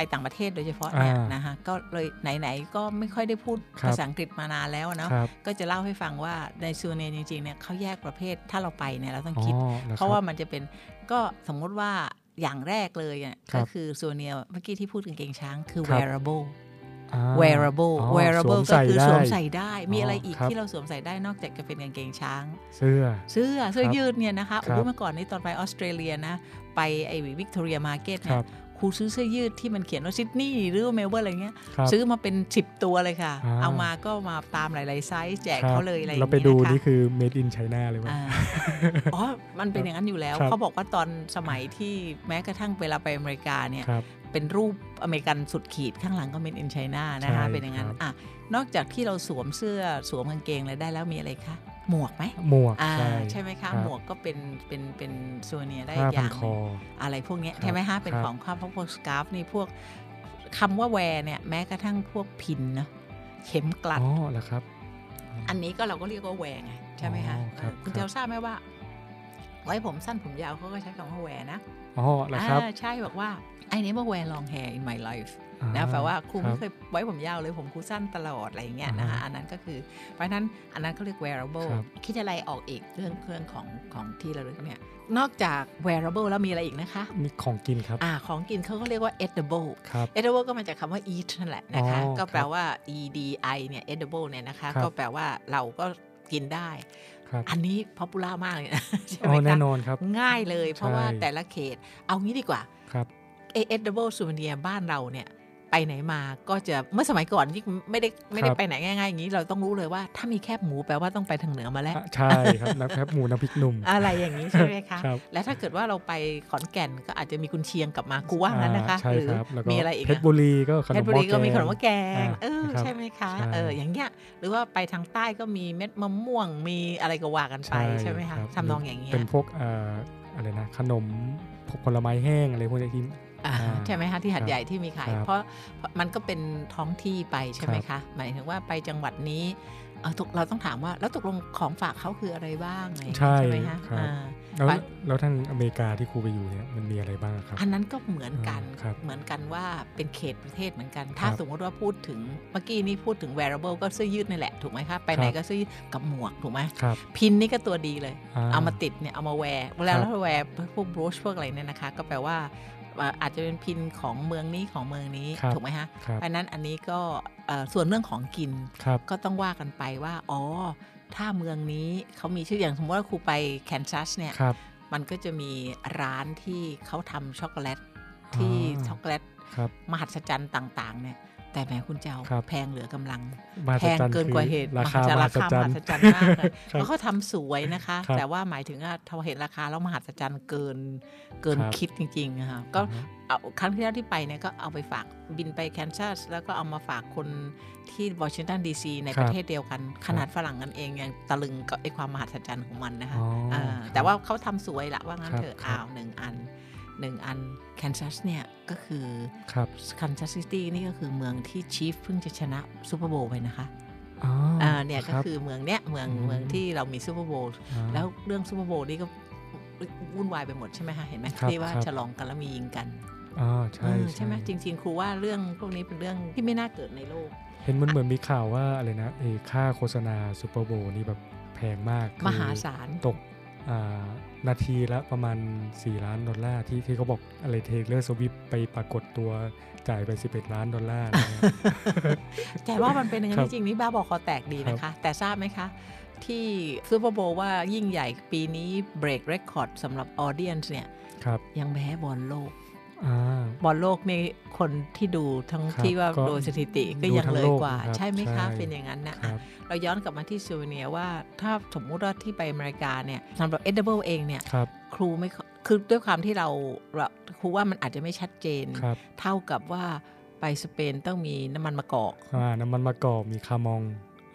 [SPEAKER 3] ไปต่างประเทศโดยเฉพาะเนี่ย
[SPEAKER 4] อ่าน
[SPEAKER 3] นะคะก็เลยไหนๆก็ไม่ค่อยได้พูด
[SPEAKER 4] ครับ
[SPEAKER 3] ภาษาอังกฤษมานานแล้วเนาะ
[SPEAKER 4] ครับ
[SPEAKER 3] ก็จะเล่าให้ฟังว่าในซูเวเนียร์จริงๆเนี่ยเขาแยกประเภทถ้าเราไปเนี่ยเราต้อง
[SPEAKER 4] อ๋อ
[SPEAKER 3] คิด
[SPEAKER 4] หอ
[SPEAKER 3] เพราะว่า
[SPEAKER 4] คบ
[SPEAKER 3] มันจะเป็นก็สมมติว่าอย่างแรกเลยอะ
[SPEAKER 4] ครั
[SPEAKER 3] ก็
[SPEAKER 4] บ
[SPEAKER 3] คือส่วนเนียเมื่อกี้ที่พูดถึงเกงช้างคือ
[SPEAKER 4] ครับ
[SPEAKER 3] wearable
[SPEAKER 4] อ่า
[SPEAKER 3] wearable
[SPEAKER 4] อ๋อ
[SPEAKER 3] wearable ก็คือสวมใส่
[SPEAKER 4] ได้
[SPEAKER 3] ได้ มีอะไร
[SPEAKER 4] อ๋ออี
[SPEAKER 3] อีก
[SPEAKER 4] ครับ
[SPEAKER 3] ที่เราสวมใส่ได้นอกจากจะเป็นกางเกงช้าง
[SPEAKER 4] เสื้อ
[SPEAKER 3] เสื้อเสื้อ
[SPEAKER 4] ครับ
[SPEAKER 3] ยืดเนี่ยนะคะโอ้โห
[SPEAKER 4] ครับ
[SPEAKER 3] เมื่อก่อนนี้ตอนไปออสเตรเลียนะ ไปไอ้วิกตอเรียมาร์เก็ต
[SPEAKER 4] ค
[SPEAKER 3] เนี่
[SPEAKER 4] รั
[SPEAKER 3] ย
[SPEAKER 4] บ
[SPEAKER 3] ครูซื้อเสื้อยืดที่มันเขียนว่าซิดนีย์หรือว่าเมลเบิร์นอะไรเงี้ย
[SPEAKER 4] ครับ
[SPEAKER 3] ซื้อมาเป็น 10 ตัวเลยค่ะ
[SPEAKER 4] อ่า
[SPEAKER 3] เอามาก็มาตามหลาย ๆ ไซส์แจก
[SPEAKER 4] ครับ
[SPEAKER 3] เขาเลยอะไรอย่าง
[SPEAKER 4] แล้
[SPEAKER 3] เงี้
[SPEAKER 4] วย ไปดู
[SPEAKER 3] นะคะ
[SPEAKER 4] นี่คือ made in China เลยว่า
[SPEAKER 3] อ่าอ๋อ มันเป็นอย่างนั้นอยู่แล้ว
[SPEAKER 4] ครับ
[SPEAKER 3] เขาบอกว่าตอนสมัยที่แม้กระทั่งเวลาไปอเมริกาเนี่ย
[SPEAKER 4] ครับ
[SPEAKER 3] เป็นรูปอเมริกันสุดขีดข้างหลังก็เป็นอินไชน่านะคะ
[SPEAKER 4] ใช่
[SPEAKER 3] เป็นอย่างนั้น
[SPEAKER 4] ครับ
[SPEAKER 3] อ่ะนอกจากที่เราสวมเสื้อสวมกางเกงอะไรได้แล้วมีอะไรคะ หมวกไหม
[SPEAKER 4] หมวก
[SPEAKER 3] อ่า
[SPEAKER 4] ใช่
[SPEAKER 3] ใช่ไหมคะ
[SPEAKER 4] รับ
[SPEAKER 3] หมวกก็เป็นเป็นเป็นโซเนียได้
[SPEAKER 4] ผ้า
[SPEAKER 3] อีกอ
[SPEAKER 4] พัน
[SPEAKER 3] ย่าง
[SPEAKER 4] ค
[SPEAKER 3] หนึ่
[SPEAKER 4] อ
[SPEAKER 3] งอะไรพวกเนี้ย
[SPEAKER 4] ครับ
[SPEAKER 3] ใช่ไหมคะเป็น
[SPEAKER 4] ครับ
[SPEAKER 3] ของความพวกพวกสกาฟนี่พวกคำว่าแวร์เนี่ยแม้กระทั่งพวกพินเนาะเข็มกลัด
[SPEAKER 4] ๋อเหรอครับ
[SPEAKER 3] อันนี้ก็เราก็เรียกว่าแหวงไงใช่ไหมคะ
[SPEAKER 4] อ๋อครับ
[SPEAKER 3] เออคุณ
[SPEAKER 4] ครั
[SPEAKER 3] เจ้า
[SPEAKER 4] บ
[SPEAKER 3] ทราบไหมว่า ไว้ผมสั้นผมยาวเขาก็ใช้คำว่าแหวนะ
[SPEAKER 4] อ๋อเหรอครับ
[SPEAKER 3] อ่าใช่บอกว่า I never wear long hair in my life
[SPEAKER 4] อ่า
[SPEAKER 3] นะแปลว่าครูไม่
[SPEAKER 4] รับ
[SPEAKER 3] เคยไว้ผมยาวเลยผมครูสั้นตลอดอะไรอย่างเงี้ยนะคะ
[SPEAKER 4] อ่าฮะ
[SPEAKER 3] อันนั้นก็คือ เพราะฉะนั้นอันนั้นเขาเรียก wearable
[SPEAKER 4] ครับ
[SPEAKER 3] คิดอะไรออกอีกเรื่องเครื่องของของที่ระลึกเนี่ยนอกจาก wearable แล้วมีอะไรอีกนะคะ
[SPEAKER 4] มีของกินครับ
[SPEAKER 3] อ่าของกินเขาก็เรียกว่า edible
[SPEAKER 4] ครับ
[SPEAKER 3] edible ก็มาจากคำว่า eat นั่นแหละนะคะ
[SPEAKER 4] อ๋อ
[SPEAKER 3] ก็แปล
[SPEAKER 4] ครับ
[SPEAKER 3] ว่า edi เนี่ย edible เนี่ยนะคะ
[SPEAKER 4] ครับ
[SPEAKER 3] ก็แปลว่าเราก็กินได้
[SPEAKER 4] ครับ
[SPEAKER 3] อันนี้พ o p u l ล่ามากเลยนะ ใช่
[SPEAKER 4] อ๋
[SPEAKER 3] ไหม
[SPEAKER 4] อแน่
[SPEAKER 3] คะ
[SPEAKER 4] นอนครับ
[SPEAKER 3] ง่ายเลยเพราะ
[SPEAKER 4] ใช่
[SPEAKER 3] ว่าแต่ละเขตเอางี้ดีกว่า
[SPEAKER 4] ครับ
[SPEAKER 3] เอเอสดับเบิลซูเนียบ้านเราเนี่ย ไปไหนมาก็จะเมื่อสมัยก่อนยิ่งไม่ได้ไม่ได้
[SPEAKER 4] ครับ
[SPEAKER 3] ไปไหนง่าย ๆ อย่างนี้เราต้องรู้เลยว่าถ้ามีแคบหมูแปลว่าต้องไปทางเหนือมาแล้ว
[SPEAKER 4] อ่ะใช่ครับ น้ำแคบหมูน้ำพริกหนุ่ม
[SPEAKER 3] อะไรอย่างนี้ใช่ไหมคะ
[SPEAKER 4] ครับ
[SPEAKER 3] และถ้าเกิดว่าเราไปขอนแก่นก็อาจจะมีกุนเชียงกลับมากูว่างั้นนะคะ
[SPEAKER 4] อ่าใช่
[SPEAKER 3] หรือ
[SPEAKER 4] ครับแล้วก็
[SPEAKER 3] มีอะไรอีก
[SPEAKER 4] เพช
[SPEAKER 3] อะ
[SPEAKER 4] รบุรีก็ขนม
[SPEAKER 3] เพชรบุ
[SPEAKER 4] หม้
[SPEAKER 3] รี
[SPEAKER 4] อ
[SPEAKER 3] ก็มีขนมห
[SPEAKER 4] แง
[SPEAKER 3] ม้อแกง
[SPEAKER 4] อ่า
[SPEAKER 3] เออ
[SPEAKER 4] นะครับ
[SPEAKER 3] ใช่ไหมคะ
[SPEAKER 4] ใช่
[SPEAKER 3] เอออย่างเงี้ยหรือว่าไปทางใต้ก็มีเม็ดมะม่วงมีอะไรก็ว่ากันไปใช่ไหมคะ
[SPEAKER 4] รับ
[SPEAKER 3] ทำนองอย่างเงี้ย
[SPEAKER 4] เป็นพวกเอ่ออะไรนะขนมพวกผลไม้แห้งอะไรพวกนี้ที่
[SPEAKER 3] อ่า
[SPEAKER 4] อ่า
[SPEAKER 3] ใช่ไหมคะที่หัด
[SPEAKER 4] ครับ
[SPEAKER 3] ใหญ่ที่มีขาย
[SPEAKER 4] ครับ
[SPEAKER 3] เพราะเพราะมันก็เป็นท้องที่ไปใช่ไหมคะ หมายถึงว่าไปจังหวัดนี้เออตกเราต้องถามว่าแล้วตกลงของฝากเขาคืออะไรบ้างอะไรอย่างเงี้ย
[SPEAKER 4] ใช่
[SPEAKER 3] ใช่ไหมคะ
[SPEAKER 4] ครับ
[SPEAKER 3] อ่า
[SPEAKER 4] แล้ว
[SPEAKER 3] ไป
[SPEAKER 4] แล้วทางอเมริกาที่ครูไปอยู่เนี่ยมันมีอะไรบ้างครับ
[SPEAKER 3] อันนั้นก็เหมือนกัน
[SPEAKER 4] อ่าครับ
[SPEAKER 3] เหมือนกันว่าเป็นเขตประเทศเหมือนกัน ถ้า
[SPEAKER 4] ครับ
[SPEAKER 3] สมมติว่าพูดถึงเมื่อกี้นี่พูดถึง wearable ก็เสื้อยืดนี่แหละ ถูกไหมคะ ไปไหน
[SPEAKER 4] ครับ
[SPEAKER 3] ก็เสื้อยืดกับหมวกถูกไหม
[SPEAKER 4] ครับ
[SPEAKER 3] พินนี่ก็ตัวดีเลย เอามา
[SPEAKER 4] ติด
[SPEAKER 3] ติดเนี่ย เอามาแวร์ เวลา
[SPEAKER 4] ครับ
[SPEAKER 3] เราแวร์พวกบรูชพวกอะไรเนี่ยนะคะ ก็แปลว่าเอ่ออาจจะเป็นพินของเมืองนี้ของเมืองนี้ ถูกไหมฮะ
[SPEAKER 4] ครับ
[SPEAKER 3] เพราะฉะนั้นอันนี้ก็เอ่อส่วนเรื่องของกิน
[SPEAKER 4] ครับ
[SPEAKER 3] ก็ต้องว่ากันไปว่า อ๋อ ถ้าเมืองนี้เขามีชื่ออย่างสมมติว่าครูไปแคนซัสเนี่ย
[SPEAKER 4] ครับ
[SPEAKER 3] มันก็จะมีร้านที่เขาทำช็อกโกแลต ที่
[SPEAKER 4] า
[SPEAKER 3] ช็อกโกแลต
[SPEAKER 4] ครับ
[SPEAKER 3] มหัศจรรย์ต่าง ๆ เนี่ย แต่แหมคุณเจ้า
[SPEAKER 4] ครับ
[SPEAKER 3] แพงเหลือกำลัง
[SPEAKER 4] มหั
[SPEAKER 3] แพ
[SPEAKER 4] ศ
[SPEAKER 3] ง
[SPEAKER 4] จรรย์
[SPEAKER 3] เกินกว่าเหตุ
[SPEAKER 4] คือ
[SPEAKER 3] หั
[SPEAKER 4] ราคามหั
[SPEAKER 3] ศ
[SPEAKER 4] ศ
[SPEAKER 3] จ
[SPEAKER 4] จ
[SPEAKER 3] ร
[SPEAKER 4] ร
[SPEAKER 3] รย์
[SPEAKER 4] รย์
[SPEAKER 3] มหัศจรรย์มากเลย
[SPEAKER 4] ครับ
[SPEAKER 3] แล้วเขาทำสวยนะคะ
[SPEAKER 4] ครับ
[SPEAKER 3] แต่ว่าหมายถึงว่าเราเห็นราคาแล้วมหัศจรรย์เกินเกิน
[SPEAKER 4] ครับ
[SPEAKER 3] คิดจริงๆนะคะก็เอาครั้งที่แล้วที่ไปเนี่ยก็เอาไปฝากบินไปแคนซัสแล้วก็เอามาฝากคนที่วอชิงตันดีซีใน
[SPEAKER 4] ครับ
[SPEAKER 3] ประเทศเดียวกัน ขนาดฝรั่งกันเองยังตะลึงกับไอความมหัศจรรย์ของมันนะคะ
[SPEAKER 4] อ๋ออ่
[SPEAKER 3] า
[SPEAKER 4] ครับ
[SPEAKER 3] แต่ว่าเขาทำสวยละว่างั้น
[SPEAKER 4] ครับ
[SPEAKER 3] เถอะ
[SPEAKER 4] ครับ
[SPEAKER 3] อ้าวหนึ่งอันหนึ่งอันแคนซัสเนี่ยก็คือ
[SPEAKER 4] ครับ
[SPEAKER 3] คันซัสซิตี้นี่ก็คือเมืองที่ชีฟเพิ่งจะชนะซูเปอร์โบว์ไปนะคะ
[SPEAKER 4] อ๋ออ
[SPEAKER 3] อ่าเนี่ยก็
[SPEAKER 4] รับ
[SPEAKER 3] คือเมืองเนี้ยเมือง
[SPEAKER 4] อืม
[SPEAKER 3] เมืองที่เรามีซูเปอร์โบว์
[SPEAKER 4] อ่า
[SPEAKER 3] แล้วเรื่องซูเปอร์โบว์นี่ก็วุ่นวายไปหมดใช่ไหมคะเห็นไหม
[SPEAKER 4] ครับ
[SPEAKER 3] ที่ว่า
[SPEAKER 4] ครับ
[SPEAKER 3] ฉลองกันแล้วมียิงกัน
[SPEAKER 4] อ่าใช่
[SPEAKER 3] เออใช่ไหมจริง ๆ ครูว่าเรื่องพวกนี้เป็นเรื่องที่ไม่น่าเกิดในโลก
[SPEAKER 4] เห็นมันเหมือนมีข่าวว่าอะไรนะเออค่าโฆษณาซูเปอร์โบนี่แบบแพงมากคือ
[SPEAKER 3] มหาศาล
[SPEAKER 4] ตกอ่านาทีละประมาณ 4 ล้านดอลลาร์ที่ที่เขาบอกอะไรเทเลอร์สวิปไปปรากฏตัวจ่ายไป 11 ล้านดอลลาร์อะไรเงี้ย
[SPEAKER 3] แต่ว่ามันเป็นอย่าง
[SPEAKER 4] ครั
[SPEAKER 3] นั้น
[SPEAKER 4] บ
[SPEAKER 3] จริงๆนี่บ้าบอคอแตกดีนะคะ แต่ทราบไหมคะ ที่ซูเปอร์โบว์ว่ายิ่งใหญ่ปีนี้เบรกเรคคอร์ดสำหรับออเดียนเนี่ย
[SPEAKER 4] ครับ
[SPEAKER 3] ยังแพ้บอลโลก
[SPEAKER 4] อ่า
[SPEAKER 3] บอลโลกในคนที่ดูทั้ง
[SPEAKER 4] ครับ
[SPEAKER 3] ที่ว่า
[SPEAKER 4] ก็
[SPEAKER 3] โดยสถิติก็ยัง
[SPEAKER 4] ดูทั้ง
[SPEAKER 3] เลย
[SPEAKER 4] โลก
[SPEAKER 3] กว่า
[SPEAKER 4] นะครับ
[SPEAKER 3] ใช่ไหมคะ
[SPEAKER 4] ใช่
[SPEAKER 3] เป็นอย่างนั้นนะครับ เราย้อนกลับมาที่ซูเวเนียว่าถ้าสมมุติว่าที่ไปอเมริกาเนี่ยสำหรับเอ็ดเบิลเองเนี่ย
[SPEAKER 4] ครับ
[SPEAKER 3] ครูไม่ค่อยคือด้วยความที่เราเราครูว่ามันอาจจะไม่ชัดเจน
[SPEAKER 4] ครับ
[SPEAKER 3] เท่ากับว่าไปสเปนต้องมีน้ำมันมะกอก
[SPEAKER 4] อ่าน้ำมันมะกอกมีคามอง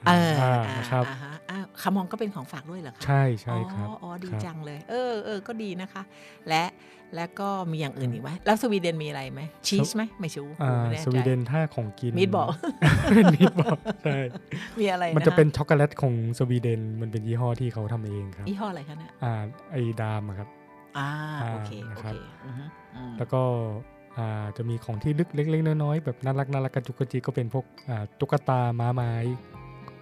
[SPEAKER 3] เออ
[SPEAKER 4] อ่า
[SPEAKER 3] อ่า
[SPEAKER 4] นะครับ
[SPEAKER 3] อ่าฮะอ่าคามองก็เป็นของฝากด้วยเหรอคะ
[SPEAKER 4] ใช่ใช่ครับ
[SPEAKER 3] อ๋ออ๋อดี
[SPEAKER 4] ครับ
[SPEAKER 3] จังเลย เออเออก็ดีนะคะ และและก็มีอย่างอื่นอีกไหมแล้วสวีเดนมีอะไรไหมชีสไหมไม่ชู
[SPEAKER 4] อ่า
[SPEAKER 3] ไม่แน่
[SPEAKER 4] ส
[SPEAKER 3] ใจ
[SPEAKER 4] วีเดนถ้าของกิน
[SPEAKER 3] มีดบอก
[SPEAKER 4] เป็น มีดบอกใช่
[SPEAKER 3] มีอะไร
[SPEAKER 4] มันจะเป็นช็อกโกแลตของสวีเดนมันเป็นยี่ห้อที่เขาทำเองครับ
[SPEAKER 3] ยี่ห้ออะไรคะเนี่ย
[SPEAKER 4] อ่าไอดามอะครับ
[SPEAKER 3] อ่าโอเค
[SPEAKER 4] อ่า
[SPEAKER 3] โอเคอื
[SPEAKER 4] นะครับ
[SPEAKER 3] อฮึอืม
[SPEAKER 4] แล้วก็อ่าจะมีของที่ลึกเล็ก ๆ น้อยๆแบบน่ารักน่ารักกระจุกกระจิกก็เป็นพวกอ่าตุ๊กตาม้าไม้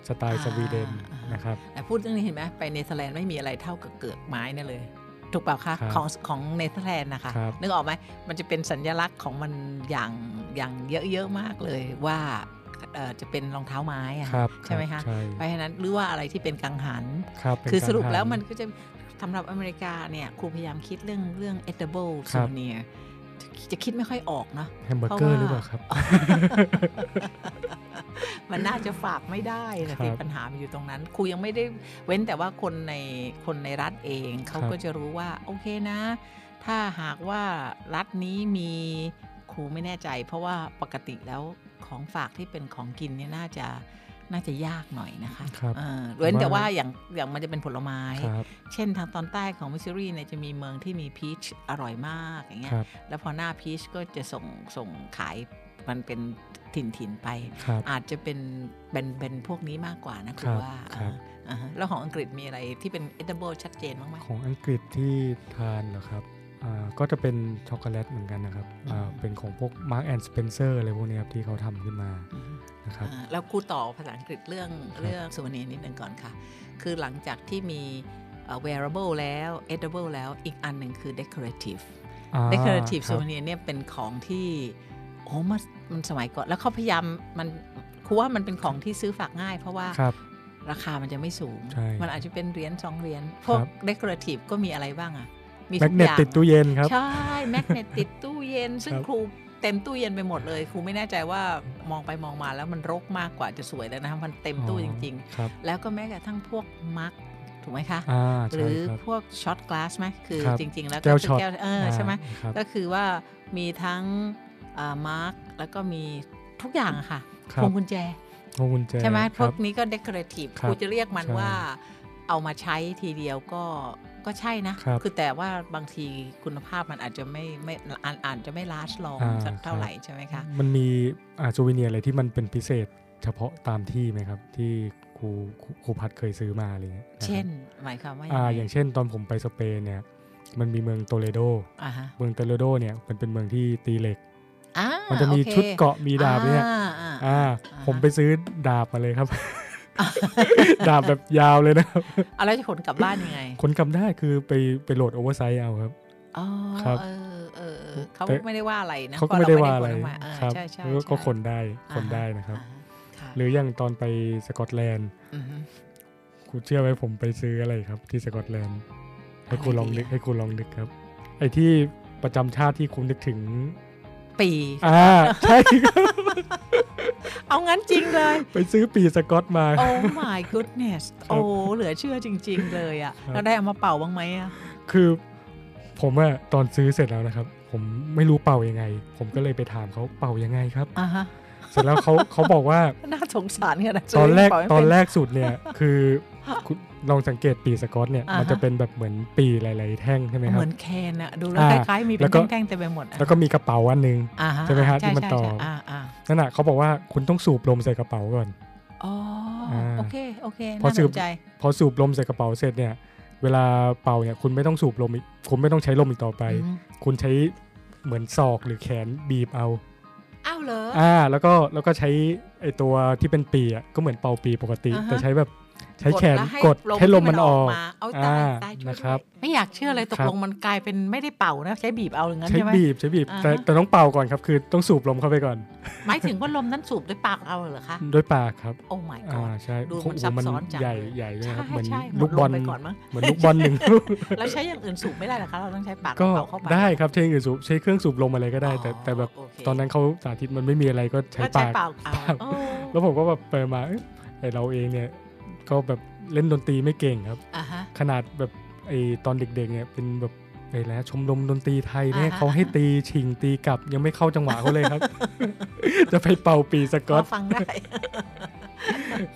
[SPEAKER 4] สไตล์สวีเดนนะครับ
[SPEAKER 3] แต่พูดเรื่องนี้เห็นไหมไปเนเธอร์แลนด์ไม่มีอะไรเท่ากับเกือกไม้เนี่ยเลย ถูกเปล่าคะ
[SPEAKER 4] ครับ
[SPEAKER 3] ของของเนเธอร์แลนด์นะคะ
[SPEAKER 4] ครับ
[SPEAKER 3] นึกออกไหมมันจะเป็นสัญลักษณ์ของมันอย่างอย่างเยอะๆมากเลยว่าเอ่อจะเป็นรองเท้าไม้อะ
[SPEAKER 4] ครับ
[SPEAKER 3] ใช่ไหมคะ
[SPEAKER 4] ใช่
[SPEAKER 3] เพราะฉะนั้นหรือว่าอะไรที่เป็นกังหัน
[SPEAKER 4] ครับเป็น
[SPEAKER 3] คือสรุป
[SPEAKER 4] กาทา
[SPEAKER 3] แล้วมันก็จะสำหรับอเมริกาเนี่ยครูพยายามคิดเรื่องเรื่อง edible
[SPEAKER 4] ครับ
[SPEAKER 3] souvenir จะจะคิดไม่ค่อยออกเนาะ
[SPEAKER 4] แฮมเบอร์เกอร์ห
[SPEAKER 3] เพราะว่า
[SPEAKER 4] รือเปล่าครับ
[SPEAKER 3] มันน่าจะฝากไม่ได้นะครับสิปัญหามันอยู่ตรงนั้น ครูยังไม่ได้เว้นแต่ว่าคนในคนในรัฐเองเขา
[SPEAKER 4] ครับ
[SPEAKER 3] ก็จะรู้ว่า โอเคนะ ถ้าหากว่ารัฐนี้มีครูไม่แน่ใจ เพราะว่าปกติแล้วของฝากที่เป็นของกินเนี่ยน่าจะน่าจะยากหน่อยนะคะ
[SPEAKER 4] ครับ
[SPEAKER 3] เออเว้นแต่
[SPEAKER 4] ผม
[SPEAKER 3] ว่า
[SPEAKER 4] ว่า
[SPEAKER 3] อย่างอย่างมันจะเป็นผลไม้
[SPEAKER 4] ครับ
[SPEAKER 3] เช่นทางตอนใต้ของมิสซูรีเนี่ยจะมีเมืองที่มีพีชอร่อยมากอย่างเงี้
[SPEAKER 4] ค
[SPEAKER 3] ย
[SPEAKER 4] รับ
[SPEAKER 3] แล้วพอหน้าพีชก็จะส่งส่งขายมันเป็นถิ่นถิ่นๆไป
[SPEAKER 4] ครับ
[SPEAKER 3] อาจจะเป็นเป็นเป็นพวกนี้มากกว่านะคุ
[SPEAKER 4] ครั
[SPEAKER 3] ณ
[SPEAKER 4] บ
[SPEAKER 3] ว่า
[SPEAKER 4] ครับ
[SPEAKER 3] อ่าอ่าฮะแล้วของอังกฤษมีอะไรที่เป็นเอ i เบิลชัดเจนบ้างไหม
[SPEAKER 4] ของอังกฤษที่ทานเหรอครับอ่าก็จะเป็นช็อกโกแลตเหมือนกันนะครับอ่า
[SPEAKER 3] อืม
[SPEAKER 4] เป็นของพวกมาร์ s แอนด์สเปนเซอร์อะไรพวกนี้ครับที่เขาทำขึ้นมา
[SPEAKER 3] อืม
[SPEAKER 4] นะครับ
[SPEAKER 3] อ่าแล้วครูต่อภาษาอังกฤษเรื่องเรื่องสุวรรณีนิดหนึ่งก่อนค่ะ คือหลังจากที่มีเอ่อ wearable แล้ว edible แล้วอีกอันหนึ่งคือ decorative
[SPEAKER 4] อ่า
[SPEAKER 3] decorative
[SPEAKER 4] ครับ
[SPEAKER 3] souvenir เนี่ยเป็นของที่โอ้มันมันสมัยก่อน แล้วเขาพยายามมันครูว่ามันเป็นของที่ซื้อฝากง่าย เพราะว่า
[SPEAKER 4] ครับ
[SPEAKER 3] ราคามันจะไม่สูง
[SPEAKER 4] ใช่
[SPEAKER 3] มันอาจจะเป็นเหรียญสองเหรียญพวก
[SPEAKER 4] ครับ
[SPEAKER 3] decorative ก็มีอะไรบ้างอะมี
[SPEAKER 4] แม
[SPEAKER 3] ทุ
[SPEAKER 4] ก
[SPEAKER 3] กอ
[SPEAKER 4] เนต
[SPEAKER 3] ย่าง
[SPEAKER 4] ติดตู้เย็นครับ
[SPEAKER 3] ใช่ แมกเนตติดตู้เย็น ซึ่ง
[SPEAKER 4] ครับ
[SPEAKER 3] ครู เต็มตู้เย็นไปหมดเลยครูไม่แน่ใจว่ามองไปมองมาแล้วมันรกมากกว่าจะสวยแล้วนะคะมันเต็มตู้จริง
[SPEAKER 4] ๆครับ
[SPEAKER 3] ๆ แล้วก็แม้กระทั่งพวกมาร์กถูกไหมคะ
[SPEAKER 4] อ่า
[SPEAKER 3] ห
[SPEAKER 4] ใช่
[SPEAKER 3] รือ
[SPEAKER 4] ครับ
[SPEAKER 3] พวกช็อตกลาสไหมคือ
[SPEAKER 4] ครับ
[SPEAKER 3] จริง ๆ แล้ว
[SPEAKER 4] แก้ว
[SPEAKER 3] คื
[SPEAKER 4] ช็อต
[SPEAKER 3] เออใช่ไหม
[SPEAKER 4] อ่าครับ
[SPEAKER 3] ก็คือว่ามีทั้งมาร์กแล้วก็มีทุกอย่างอะค่ะ
[SPEAKER 4] ค
[SPEAKER 3] พ
[SPEAKER 4] รั
[SPEAKER 3] ว
[SPEAKER 4] บ
[SPEAKER 3] งกุญแจ
[SPEAKER 4] พวงกุญแจ
[SPEAKER 3] ใช่ไหม
[SPEAKER 4] ครับ
[SPEAKER 3] พวกนี้ก็เด o อเรทีฟ
[SPEAKER 4] ค
[SPEAKER 3] ครับ รูจะเรียกมัน
[SPEAKER 4] ใช่
[SPEAKER 3] ว่าเอามาใช้ทีเดียวก็ก็ใช่นะครับ อแต่ว่าบางทีคุณภาพมันอาจจะไม่ไม่อาจอาจจะไม่ลาชลอง
[SPEAKER 4] อ่า
[SPEAKER 3] สักเท่าไห
[SPEAKER 4] ครั
[SPEAKER 3] ร่
[SPEAKER 4] บ
[SPEAKER 3] ใช่ไหมคะ
[SPEAKER 4] มันมีอาจูวิเนียอะไรที่มันเป็นพิเศษเฉพาะตามที่ไหมครับ ที่ครูครูครูพัดเคยซื้อมาอะไรเงี้ยะครับ
[SPEAKER 3] เช่นหมายความว่า
[SPEAKER 4] อ่าอ
[SPEAKER 3] ยั
[SPEAKER 4] ย่าง
[SPEAKER 3] ไง
[SPEAKER 4] งเช่นตอนผมไปสเปนเนี่ย มันมีเมืองโตเลโด
[SPEAKER 3] อ่าฮะ
[SPEAKER 4] เมืองโตเลโดเนี่ยมันเป็นเมืองที่ตีเหล็ก
[SPEAKER 3] อ่า
[SPEAKER 4] มันจะมี
[SPEAKER 3] โอค
[SPEAKER 4] ชุดเกราะมีดาบเนี่ย
[SPEAKER 3] อ่าอ่า
[SPEAKER 4] อ่า ผมไปซื้อดาบมา เลยครับ
[SPEAKER 3] อ่า
[SPEAKER 4] ดาบแบบยาวเลยนะครับ
[SPEAKER 3] เอาแล้วจะขนกลับบ้านยังไง
[SPEAKER 4] ขนกลับได้คือไปไปโหลดโอเวอร์ไซส์เอาครับ
[SPEAKER 3] อ๋อ
[SPEAKER 4] ครับ
[SPEAKER 3] เออเออเออเขา
[SPEAKER 4] แต่
[SPEAKER 3] ไม่ได้ว่าอะไรนะ
[SPEAKER 4] เขาก็ไม่ได้ว่าอะไร
[SPEAKER 3] เพเขม่ด้ขนกมเออ
[SPEAKER 4] ครับ
[SPEAKER 3] ใช่ใช่
[SPEAKER 4] แล้วก็
[SPEAKER 3] ใช่
[SPEAKER 4] ก็ขนได้
[SPEAKER 3] อ่า
[SPEAKER 4] ขนได้นะครับ
[SPEAKER 3] อ่าค่ะ
[SPEAKER 4] หรืออย่างตอนไปสกอตแลนด์
[SPEAKER 3] มฮึ
[SPEAKER 4] คุณเชื่อไหมผมไปซื้ออะไรครับที่สกอตแลนด์ให้คุณ
[SPEAKER 3] อะไรดี
[SPEAKER 4] ลองนึก
[SPEAKER 3] อะ
[SPEAKER 4] ให้คุณลองนึกครับ ไอ้ที่ประจำชาติที่คุณนึกถึง
[SPEAKER 3] ปี
[SPEAKER 4] อ่า ใช่ ครับ
[SPEAKER 3] เอางั้นจริงเลย
[SPEAKER 4] ไปซื้อปีสกอตมา
[SPEAKER 3] โอ้ my goodness โอ้ เหลือเชื่อจริง ๆ เลยอะ
[SPEAKER 4] ครับ
[SPEAKER 3] แล้วได้เอามาเป่าบ้างไหมอะ
[SPEAKER 4] คือ ผมอะตอนซื้อเสร็จแล้วนะครับ ผมไม่รู้เป่ายังไง ผมก็เลยไปถามเขาเป่ายังไงครับ
[SPEAKER 3] อ่ะฮะ
[SPEAKER 4] เสร็จแล้วเขาเขาบอกว่า
[SPEAKER 3] น่าสงสารขนาด
[SPEAKER 4] ตอนแรก
[SPEAKER 3] เป่าไม่
[SPEAKER 4] ต
[SPEAKER 3] เป็
[SPEAKER 4] อนแรกสุดเนี่ย คือคุณลองสังเกตปีสกอตเนี่ย
[SPEAKER 3] อ่าฮะ
[SPEAKER 4] มันจะเป็นแบบเหมือนปีหลาย ๆ แท่งใช่ไหมครับ
[SPEAKER 3] เหมือนแคนอะดูแล้วค
[SPEAKER 4] อ่า
[SPEAKER 3] ล้ายๆ มีเป็
[SPEAKER 4] แล้
[SPEAKER 3] น
[SPEAKER 4] วก็
[SPEAKER 3] แท่งๆเต็มไปหมดอะ
[SPEAKER 4] แล้วก็มีกระเป๋าอันหนึง
[SPEAKER 3] อ่าฮะ
[SPEAKER 4] ใช่ไหมฮะที่มันต่อ
[SPEAKER 3] ใช่ใช่อ่าอ่า
[SPEAKER 4] นั่นน่ะเขาบอกว่าคุณต้องสูบลมใส่กระเป๋าก่อน
[SPEAKER 3] อ๋ออาโอเค โอเค
[SPEAKER 4] พอ
[SPEAKER 3] น่า
[SPEAKER 4] สื
[SPEAKER 3] ส
[SPEAKER 4] บ
[SPEAKER 3] นใจ
[SPEAKER 4] พอสูบลมใส่กระเป๋าเสร็จเนี่ย เวลาเป่าเนี่ยคุณไม่ต้องสูบลมอีกคุณไม่ต้องใช้ลมอีกต่อไป
[SPEAKER 3] อืม
[SPEAKER 4] คุณใช้เหมือนศอกหรือแขนบีบเอา
[SPEAKER 3] อ้าวเหรอ
[SPEAKER 4] อ่าแล้วก็แล้วก็ใช้ไอตัวที่เป็นปีอ่ะก็เหมือนเป่าปีปกติ
[SPEAKER 3] อ่าฮะ
[SPEAKER 4] แต่ใช้แบบใช้แขน
[SPEAKER 3] ล้ว
[SPEAKER 4] กดให้ลมมันออก
[SPEAKER 3] าเอาตาย
[SPEAKER 4] อ่า
[SPEAKER 3] ตายช่วย
[SPEAKER 4] นะครับ
[SPEAKER 3] ด้วยไม่อยากเชื่อเลยตกลงมันกลายเป็นไม่ได้เป่านะใช้บีบเอาอย่างนั้น
[SPEAKER 4] ใช้
[SPEAKER 3] ใช่ไหม
[SPEAKER 4] บีบใช้บีบ
[SPEAKER 3] อ่าฮะ
[SPEAKER 4] แต่แต่ต้องเป่าก่อนครับ คือต้องสูบลมเข้าไปก่อน
[SPEAKER 3] หมายถึงว่าลมนั้นสูบด้วยปากเอาเหรอคะ
[SPEAKER 4] ด้วยปากครับ
[SPEAKER 3] โอ้ my
[SPEAKER 4] อ่า
[SPEAKER 3] god
[SPEAKER 4] ใช่
[SPEAKER 3] ดู
[SPEAKER 4] โอ้โห
[SPEAKER 3] มันซับซ้อนจัง
[SPEAKER 4] ใหญ่
[SPEAKER 3] เลย
[SPEAKER 4] ใหญ่ด้วยครับ
[SPEAKER 3] ใช่
[SPEAKER 4] เหมือน
[SPEAKER 3] ใช่หมด
[SPEAKER 4] ลูกบอล
[SPEAKER 3] ไปก่อนมั้ง
[SPEAKER 4] เหมือนลูกบอลห นึ่ง
[SPEAKER 3] เราใช้อย่างอื่นสูบไม่ได้เหรอคะ เราต้องใช้ปาก
[SPEAKER 4] ก็
[SPEAKER 3] เป่าเข้าไป
[SPEAKER 4] ได้ครับใช้อื่นสูบใช้เครื่องสูบลมอะไรก็ได้ แต่
[SPEAKER 3] อ๋อ
[SPEAKER 4] แต่แบบ
[SPEAKER 3] โเค
[SPEAKER 4] ตอนนั้นเขาสาธิตมันไม่มีอะไรก็ใช้
[SPEAKER 3] ก็ใช้
[SPEAKER 4] ปาก
[SPEAKER 3] ปากเอา
[SPEAKER 4] ปาก
[SPEAKER 3] โอ้
[SPEAKER 4] แล้วผมก็แบบไปมาเอ้ยไอเราเองเนี่ยก็แบบเล่นดนตรีไม่เก่งครับ
[SPEAKER 3] อ่าฮะ
[SPEAKER 4] ขนาดแบบไอตอนเด็กๆเนี่ยเป็นแบบไอแล้ว ชมรมดนตรีไทยเนี่ย
[SPEAKER 3] อ่าฮะ
[SPEAKER 4] เขาให้ตีชิงตีกลับยังไม่เข้าจังหวะเขาเลย ครับ จะไปเป่าปีสก
[SPEAKER 3] ก็
[SPEAKER 4] อต
[SPEAKER 3] ฟังได้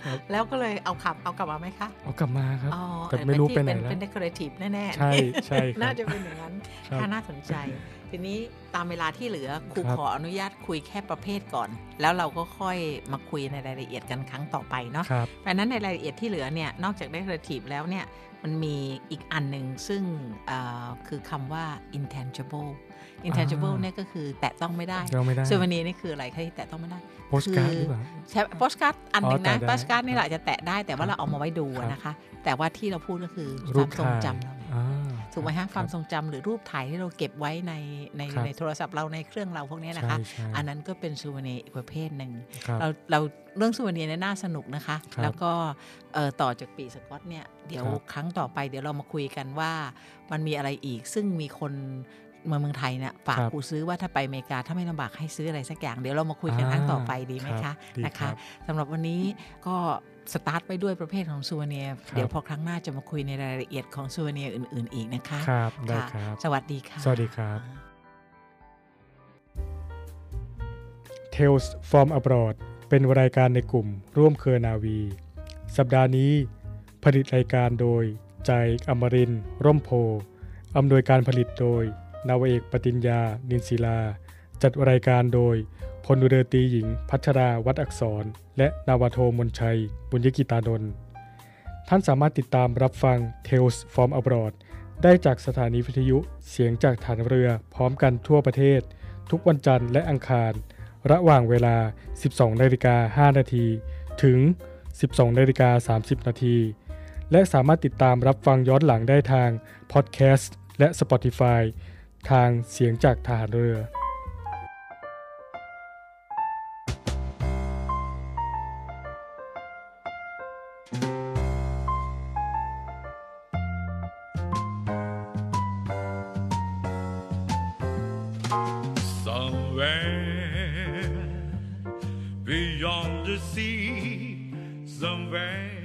[SPEAKER 4] ครับ
[SPEAKER 3] แล้วก็เลยเอาขับเอากลับมาไหมคะ
[SPEAKER 4] เอากลับมาครับ
[SPEAKER 3] อ๋อ
[SPEAKER 4] แต่ไม่รู้ไปไหน
[SPEAKER 3] เป็
[SPEAKER 4] แล้ว
[SPEAKER 3] เป็น decorative แน่ๆ
[SPEAKER 4] ใช่ใช่ครั
[SPEAKER 3] น่า
[SPEAKER 4] บ
[SPEAKER 3] จะเป็นอย่างนั้น
[SPEAKER 4] ครับ
[SPEAKER 3] ถ้าน่าสนใจ ทีนี้ตามเวลาที่เหลือครู
[SPEAKER 4] ครับ
[SPEAKER 3] ขออนุญาตคุยแค่ประเภทก่อน แล้วเราก็ค่อยมาคุยในรายละเอียดกันครั้งต่อไปเนาะ
[SPEAKER 4] ครับ
[SPEAKER 3] ดังนั้นในรายละเอียดที่เหลือเนี่ยนอกจาก declarative แล้วเนี่ยมันมีอีกอันหนึ่งซึ่งเอ่อคือคำว่า intangible intangible
[SPEAKER 4] อ่า
[SPEAKER 3] เนี่ยก็คือแตะต้องไม่ได้
[SPEAKER 4] เราไม่ได้
[SPEAKER 3] ซูเวนีนี่คืออะไรคะที่แตะต้องไม่ได้
[SPEAKER 4] โพสการ์ดหรือเปล่า
[SPEAKER 3] ใช่โปสการ์ดอันหนึ่ง
[SPEAKER 4] อ๋อ
[SPEAKER 3] นะ
[SPEAKER 4] แตะได้
[SPEAKER 3] โปสการ์ดนี่แหละจะแตะได้แต่ว่าเราเอามาไว้ดู
[SPEAKER 4] ครับ
[SPEAKER 3] นะคะ แต่ว่าที่เราพูดก็คือค
[SPEAKER 4] รู
[SPEAKER 3] วาม
[SPEAKER 4] ป
[SPEAKER 3] ทรง
[SPEAKER 4] ถ่าย
[SPEAKER 3] จำเรา
[SPEAKER 4] อ่า
[SPEAKER 3] ถูกไหม
[SPEAKER 4] รั
[SPEAKER 3] ฮะ
[SPEAKER 4] บ
[SPEAKER 3] ความทรงจำหรือรูปถ่ายที่เราเก็บไว้ในใน
[SPEAKER 4] ครับ
[SPEAKER 3] ในโทรศัพท์เราในเครื่องเราพวกเนี้ยนะคะ
[SPEAKER 4] ใช่
[SPEAKER 3] อัน
[SPEAKER 4] ใช่
[SPEAKER 3] นั้นก็เป็นซูเวนีอีกประเภทหนึ่ง
[SPEAKER 4] ครับ
[SPEAKER 3] เราเราเรื่องสุวรรณีเนี่ยน่าสนุกนะคะ
[SPEAKER 4] ครับ
[SPEAKER 3] แล้วก็เอ่อต่อจากปีสกอตเนี่ยเดี๋ยว
[SPEAKER 4] ครับ
[SPEAKER 3] ครั้งต่อไปเดี๋ยวเรามาคุยกันว่ามันมีอะไรอีกซึ่งมีคนเมืองเมืองไทยเนี่ยฝาก
[SPEAKER 4] ครับ
[SPEAKER 3] กูซื้อว่าถ้าไปอเมริกาถ้าไม่ลำบากให้ซื้ออะไรสักอย่าง เดี๋ยวเรามาคุยกันครั้งต่อไปดีไหม
[SPEAKER 4] ครั
[SPEAKER 3] คะ
[SPEAKER 4] บดี
[SPEAKER 3] นะ
[SPEAKER 4] ครั
[SPEAKER 3] คะ
[SPEAKER 4] บ
[SPEAKER 3] สำหรับวันนี้ก็สตาร์ทไปด้วยประเภทของซูเวเนีย
[SPEAKER 4] ครับ
[SPEAKER 3] เดี๋ยวพอครั้งหน้าจะมาคุยในรายละเอียดของซูเวเนียอื่น ๆ อีกนะคะ
[SPEAKER 4] ครับได้
[SPEAKER 3] ค่ะ
[SPEAKER 4] ครับ
[SPEAKER 3] สวัสดีค่ะ
[SPEAKER 4] สวัสดีครับ Tales from abroad เป็นรายการในกลุ่มร่วมเครือนาวี สัปดาห์นี้ ผลิตรายการโดย ใจอมรินทร์ร่มโพธิ์อำนวยการผลิตโดย นาวาเอกปติญญา นินศิลา จัดรายการโดย พลเรือตรีหญิง พัชราวัดอักษร และนาวาโทมนชัย บุญยกิตานนท์ท่านสามารถติดตามรับฟัง Tales from abroad ได้จากสถานีวิทยุเสียงจากฐานเรือพร้อมกันทั่วประเทศ ทุกวันจันทร์และอังคาร ระหว่างเวลา 12นาฬิกา5นาที ถึง 12นาฬิกา30 นาที และสามารถติดตามรับฟังย้อนหลังได้ทางพอดแคสต์และ Spotify ทางเสียงจากทหารเรือ
[SPEAKER 5] somewhere beyond the sea, somewhere.